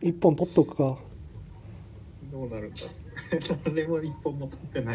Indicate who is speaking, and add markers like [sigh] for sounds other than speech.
Speaker 1: 一本取っとくか。
Speaker 2: [laughs] どうなるか。誰も一本も取ってない。